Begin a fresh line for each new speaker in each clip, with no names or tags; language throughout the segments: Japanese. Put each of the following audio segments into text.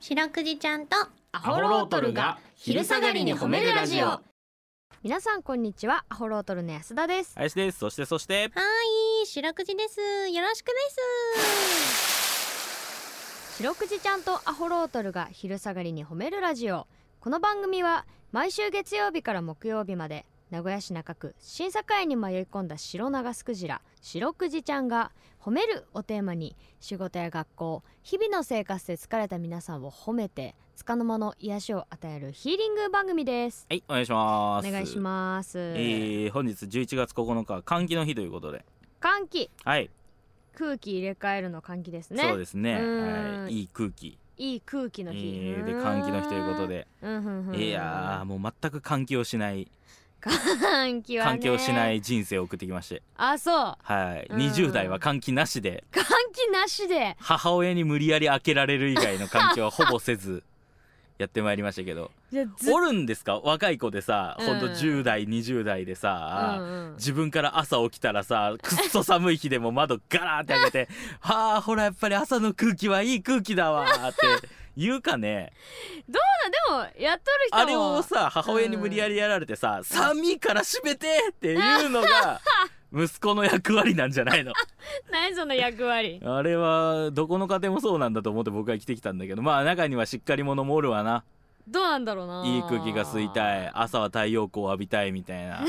白くじちゃんとア
ホロートルが昼下がりに褒めるラジオ
皆さんこんにちはアホロートルの安田です
林ですそしてそして
はい白くじですよろしくです
白くじちゃんとアホロートルが昼下がりに褒めるラジオこの番組は毎週月曜日から木曜日まで名古屋市中区審査会に迷い込んだ白長スクジラ白くじちゃんが「褒める」をテーマに仕事や学校日々の生活で疲れた皆さんを褒めて束の間の癒しを与えるヒーリング番組です
はいお願いしま
お
す
願いします、
えー、本日11月9日換気の日ということで
換気
はい、
空気入れ替えるの換気ですね
そうですね、
うん
はい、いい空気
いい空気の
え
日、
ー、で換気の日ということで
うんうんうんうん
いやーもう全く換気をしない
換気はね
換気をしない人生を送ってきまして
あそう
はい、
うん
20代は換気なしで
換気なしで
母親に無理やり開けられる以外の環境はほぼせずやってまいりましたけど
じゃあずっ
おるんですか若い子でさ、ほんと
うん
10代20代で
う
さ、
んうん
自分から朝起きたらさくっそ寒い日でも窓ガラーって開け て「はあほらやっぱり朝の空気はいい空気だわ」って言うかね
でもやっとる人も
あれをさ母親に無理やりやられてさ「寒いから閉めて!」っていうの が息子の役割なんじゃないの
何その役割
あれはどこの家庭もそうなんだと思って僕は生きてきたんだけどまあ中にはしっかり者もおるわな
どうなんだろうない
いい空気が吸いたい朝は太陽光を浴びたいみたい な
い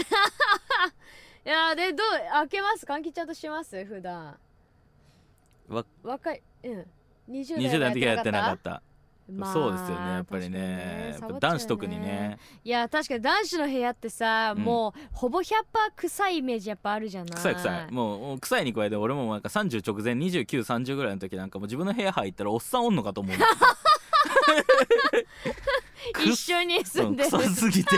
やーでどう開けます換気ちゃんとします普段
わ
若いうん20
20代の時はやってなかった
たまあ
そうですよねやっぱりね
確かに
やっ
ね
ぱ男子特にね
いや確かに男子の部屋ってさ、
うん
もうほぼ100%臭いイメージやっぱあるじゃない
臭い臭いもう臭いに加えて俺もなんか30直前2930ぐらいの時なんかもう自分の部屋入ったらおっさんおんのか と思う
一緒に住んでる
うん臭すぎて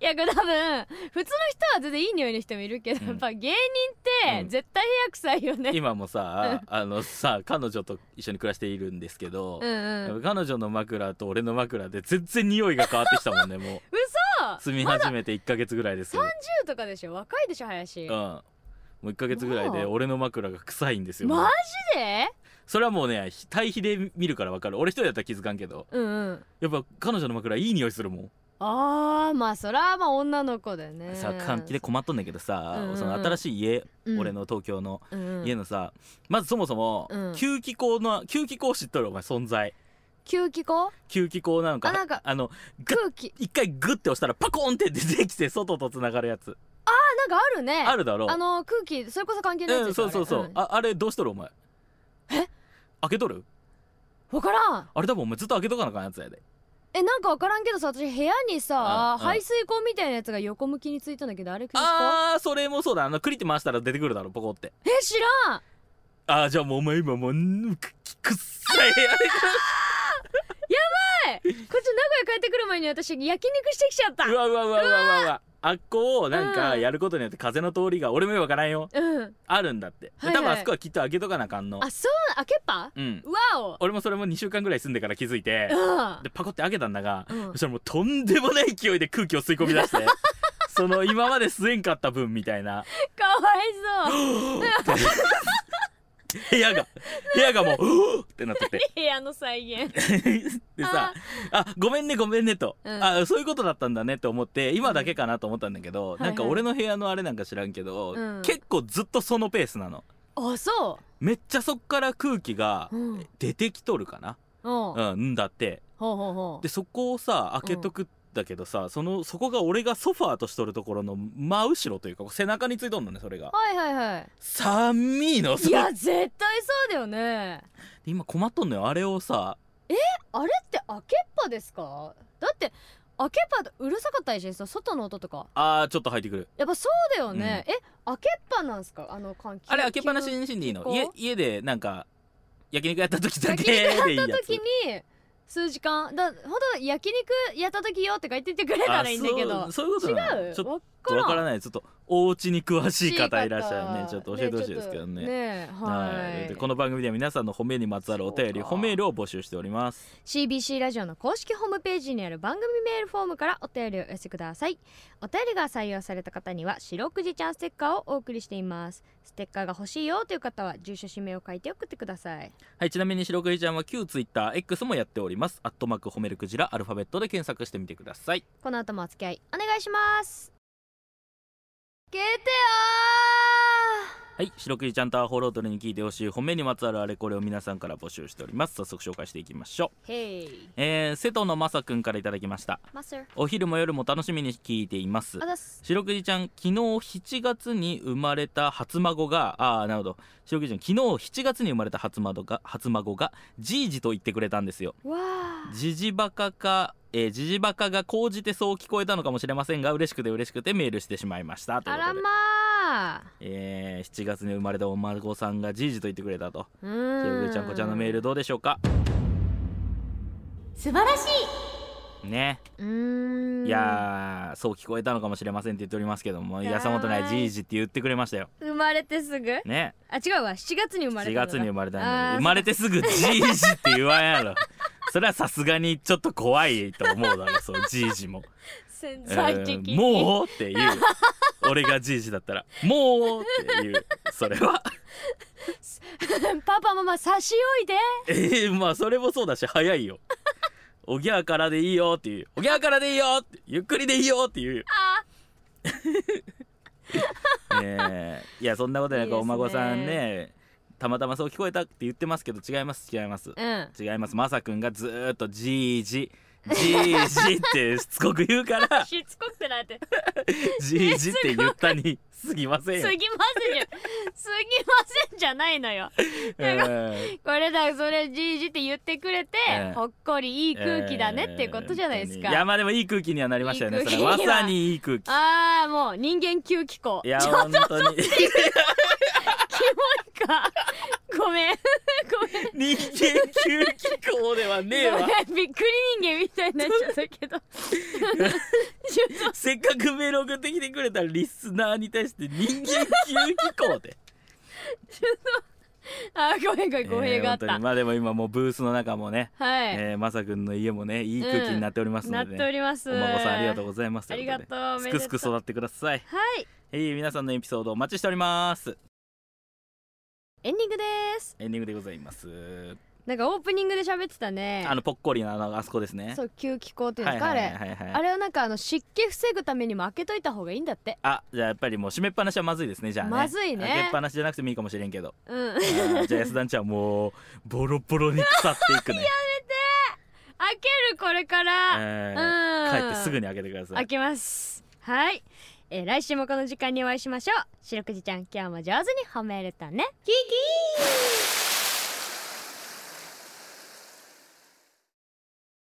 いやこれ多分普通の人は全然いい匂いの人もいるけど、
うん
やっぱ芸人っ
う
て
ん
絶対部屋臭いよね、
今もさあのさ彼女と一緒に暮らしているんですけど
うん、うん
彼女の枕と俺の枕で全然匂いが変わってきたもんねもう
嘘
住み始めて1ヶ月ぐらいですよ、
10とかでしょ若いでしょ林、
うん、もう1ヶ月ぐらいで
わあ
俺の枕が臭いんですよ
マジで
それはもうね対比で見るから分かる俺一人だったら気づかんけど
うんうん
やっぱ彼女の枕いい匂いするもん、
あーまあそらまあ女の子だよね
さ換気で困っとんだけどさ、
うんうん
その新しい家、
うん
俺の東京の
うんうん
家のさまずそもそも、
うん
吸気口の吸気口知っとるお前存在
吸気口
吸気口なのか
あなんか
のガッ
空気
一回グッて押したらパコンって出てきて外とつながるやつ
あなんかあるね
あるだろ
あの空気それこそ関係ないやつ
うん、
でしょ
そうそうそう、
あれん
ああれどうしとるお前
え
開けとる
わからん
あれ多分お前ずっと開けとかなあかんやつやで
えなんかわからんけどさ私部屋にさ
うんうん
排水口みたいなやつが横向きについたんだけどあれ吸気口
あーそれもそうだあのクリって回したら出てくるだろポコって
え知らん
あーじゃあもうお前今もうくくっさい
こっち名古屋帰ってくる前に私焼肉してきちゃった
うわうわうわうわうわうわあっこをなんか
うん
やることによって風の通りが俺もよくわからんよ
うん
あるんだって、で
はいは
多
い
分あそこはきっと開けとかなあかんの
あそう開けっぱ
うん
うわお
俺もそれも2週間ぐらい住んでから気づいて
うん
でパコって開けたんだが、
うん
そしたらもうとんでもない勢いで空気を吸い込み出して その今まで吸えんかった分みたいな
かわいそう
部屋が部屋がもう「うおーってなってて
部屋の再現
でさ「あごめんねごめんね」と「
うん
あそういうことだったんだね」と思って今だけかなと思ったんだけど、
ん
なんか
はいはい
俺の部屋のあれなんか知らんけど、
うん
結構ずっとそのペースなの
あそ
めっちゃそっから空気が
ううんうん
出てきとるかな、
ほう
うん、んだって
ほうほう
でそこをさ開けとくんだけどさ、そのそこが俺がソファーとしとるところの真後ろというか背中についとんのねそれが
はいはいは
寒いの
い
そ
い
れ
や絶対そうだよね
今困っとんのよあれをさ
あれって開けっぱですかだって開けっぱうるさかったりしてさ外の音とか
あーちょっと入ってくる
やっぱそうだよね、え開けっぱなんすかあの換気
あれ開けっぱなしにしんでいいの
こう
家家でなんか焼肉やった時だけ
焼
でいいやつ
やった時に数時間だほんと焼肉やった時よって書いてってくれたらいいんだけど
あそうそういうことなの
違う
ちょっ
わっ
と
から
わ
ん
からないちょっとお家に詳しい方いらっしゃるねちょっと教えてほしいですけどね
ねえ
はい、
はい
でこの番組では皆さんの褒めにまつわるお便り
そうか
褒めールを募集しております
CBC ラジオの公式ホームページにある番組メールフォームからお便りを寄せてくださいお便りが採用された方には白くじちゃんステッカーをお送りしていますステッカーが欲しいよという方は住所氏名を書いて送ってください
はいちなみに白くじちゃんは旧 TwitterX もやっておりますアットマーク褒めるクジラアルファベットで検索してみてください
この後もお付き合いお願いしますゲテ
はい白くじちゃんとアホロートルに聞いてほしい褒めにまつわるあれこれを皆さんから募集しております早速紹介していきましょう
アーヘイ
えー、瀬戸のまさくんからいただきました
マスター
お昼も夜も楽しみに聞いています
あざっす
白くじちゃん昨日7月に生まれた初孫がああなるほど白くじちゃん昨日7月に生まれた初孫が初孫がじいじと言ってくれたんですよ
わあ
じじばかかえーじじばかが高じてそう聞こえたのかもしれませんが嬉しくて嬉しくてメールしてしまいましたという
あ
こと
ら
で
まあ
えー7月に生まれたお孫さんがじいじと言ってくれたと
う
白く
ー
じちゃんこちらのメールどうでしょうか
素晴らしい
ね
うーん
いやーそう聞こえたのかもしれませんって言っておりますけどもいやさもとないじいじって言ってくれましたよ
生まれてすぐ
ね
あ違うわ7月に生まれ
4
たのだ
月に生まれた
あ
の
ー
に生まれてすぐじいじって言わんやろそれはさすがにちょっと怖いと思うだろそうじいじ もう
潜在
ん
的
もうっていう俺がじいじだったらもうっていうそれは
パパママ差し置いで
えー、まあそれもそうだし早い よおぎゃーからでいいよっていうおぎゃーからでいいよってゆっくりでいいよっていう あえー、いやそんなことない
いいです
か
ね
お孫さんねたまたまそう聞こえたって言ってますけど違います違います
うん
違いますまさくんがずーっとじいじじいじってしつこく言うから
しつこくなって
じいじって言ったに すぎません
すぎ
よ
ませんじゃんすぎませんじゃないのよ
え
これだそれじいじって言ってくれて、
ええ
ほっこりいい
ー
空気だねってことじゃないですか、
えー本当にいやまあでもいい空気にはなりましたよね
いい空
それ
気
ま
には
さにいい空気
ああもう人間吸気口
いや本当に
キモいか ごめんごめん
人間吸気口ではねえ
ご
わ
めんびっくり人間みたいになっちゃったけど ちょっと
せっかくメール送ってきてくれたリスナーに対して人間吸気口で
あーごめんごめん 語弊があ
えー本
っ
当
た、
にまあでも今もうブースの中もね
はい、
えーまさくんの家もねいい空気になっております
な
の
っ
で
てお
ね
ります
お孫さんありがとうご
ざ
ざ
い
います
ありがとうお
す
めで
く
とう
すく育ってください
はい
えー皆さんのエピソードお待ちしております
エンディングです
エンディングでございます
なんかオープニングで喋ってたね
あのポッコリのあのあそこですね
そう吸気口っていうん
は
で
い
すか、
はいはい
あれ
はいはい
あれをなんかあの湿気防ぐためにも開けといた方がいいんだって
あじゃあやっぱりもう閉めっぱなしはまずいですねじゃあね
まずいね
開けっぱなしじゃなくてもいいかもしれんけど
うん
あ
開け
ーじゃあ安田んちゃんもうボロボロに腐って いくね
るこれから、
え
う
ー
ん
帰ってすぐに開けてくださ
開
い
けますはい、えー来週もこの時間にお会いしましょう白くじちゃん今日も上手に褒めるとねキキー